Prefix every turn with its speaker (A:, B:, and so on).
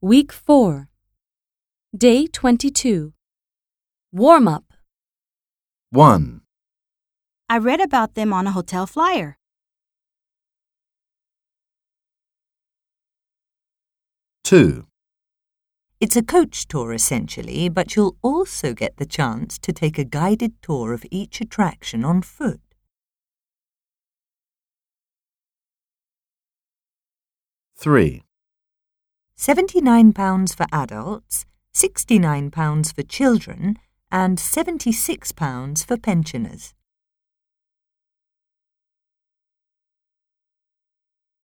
A: Week 4. Day 22. Warm up.
B: 1.
C: I read about them on a hotel flyer.
B: two,
D: It's a coach tour essentially, but you'll also get the chance to take a guided tour of each attraction on foot.
B: three,
D: £79 for adults, £69 for children, and £76 for pensioners.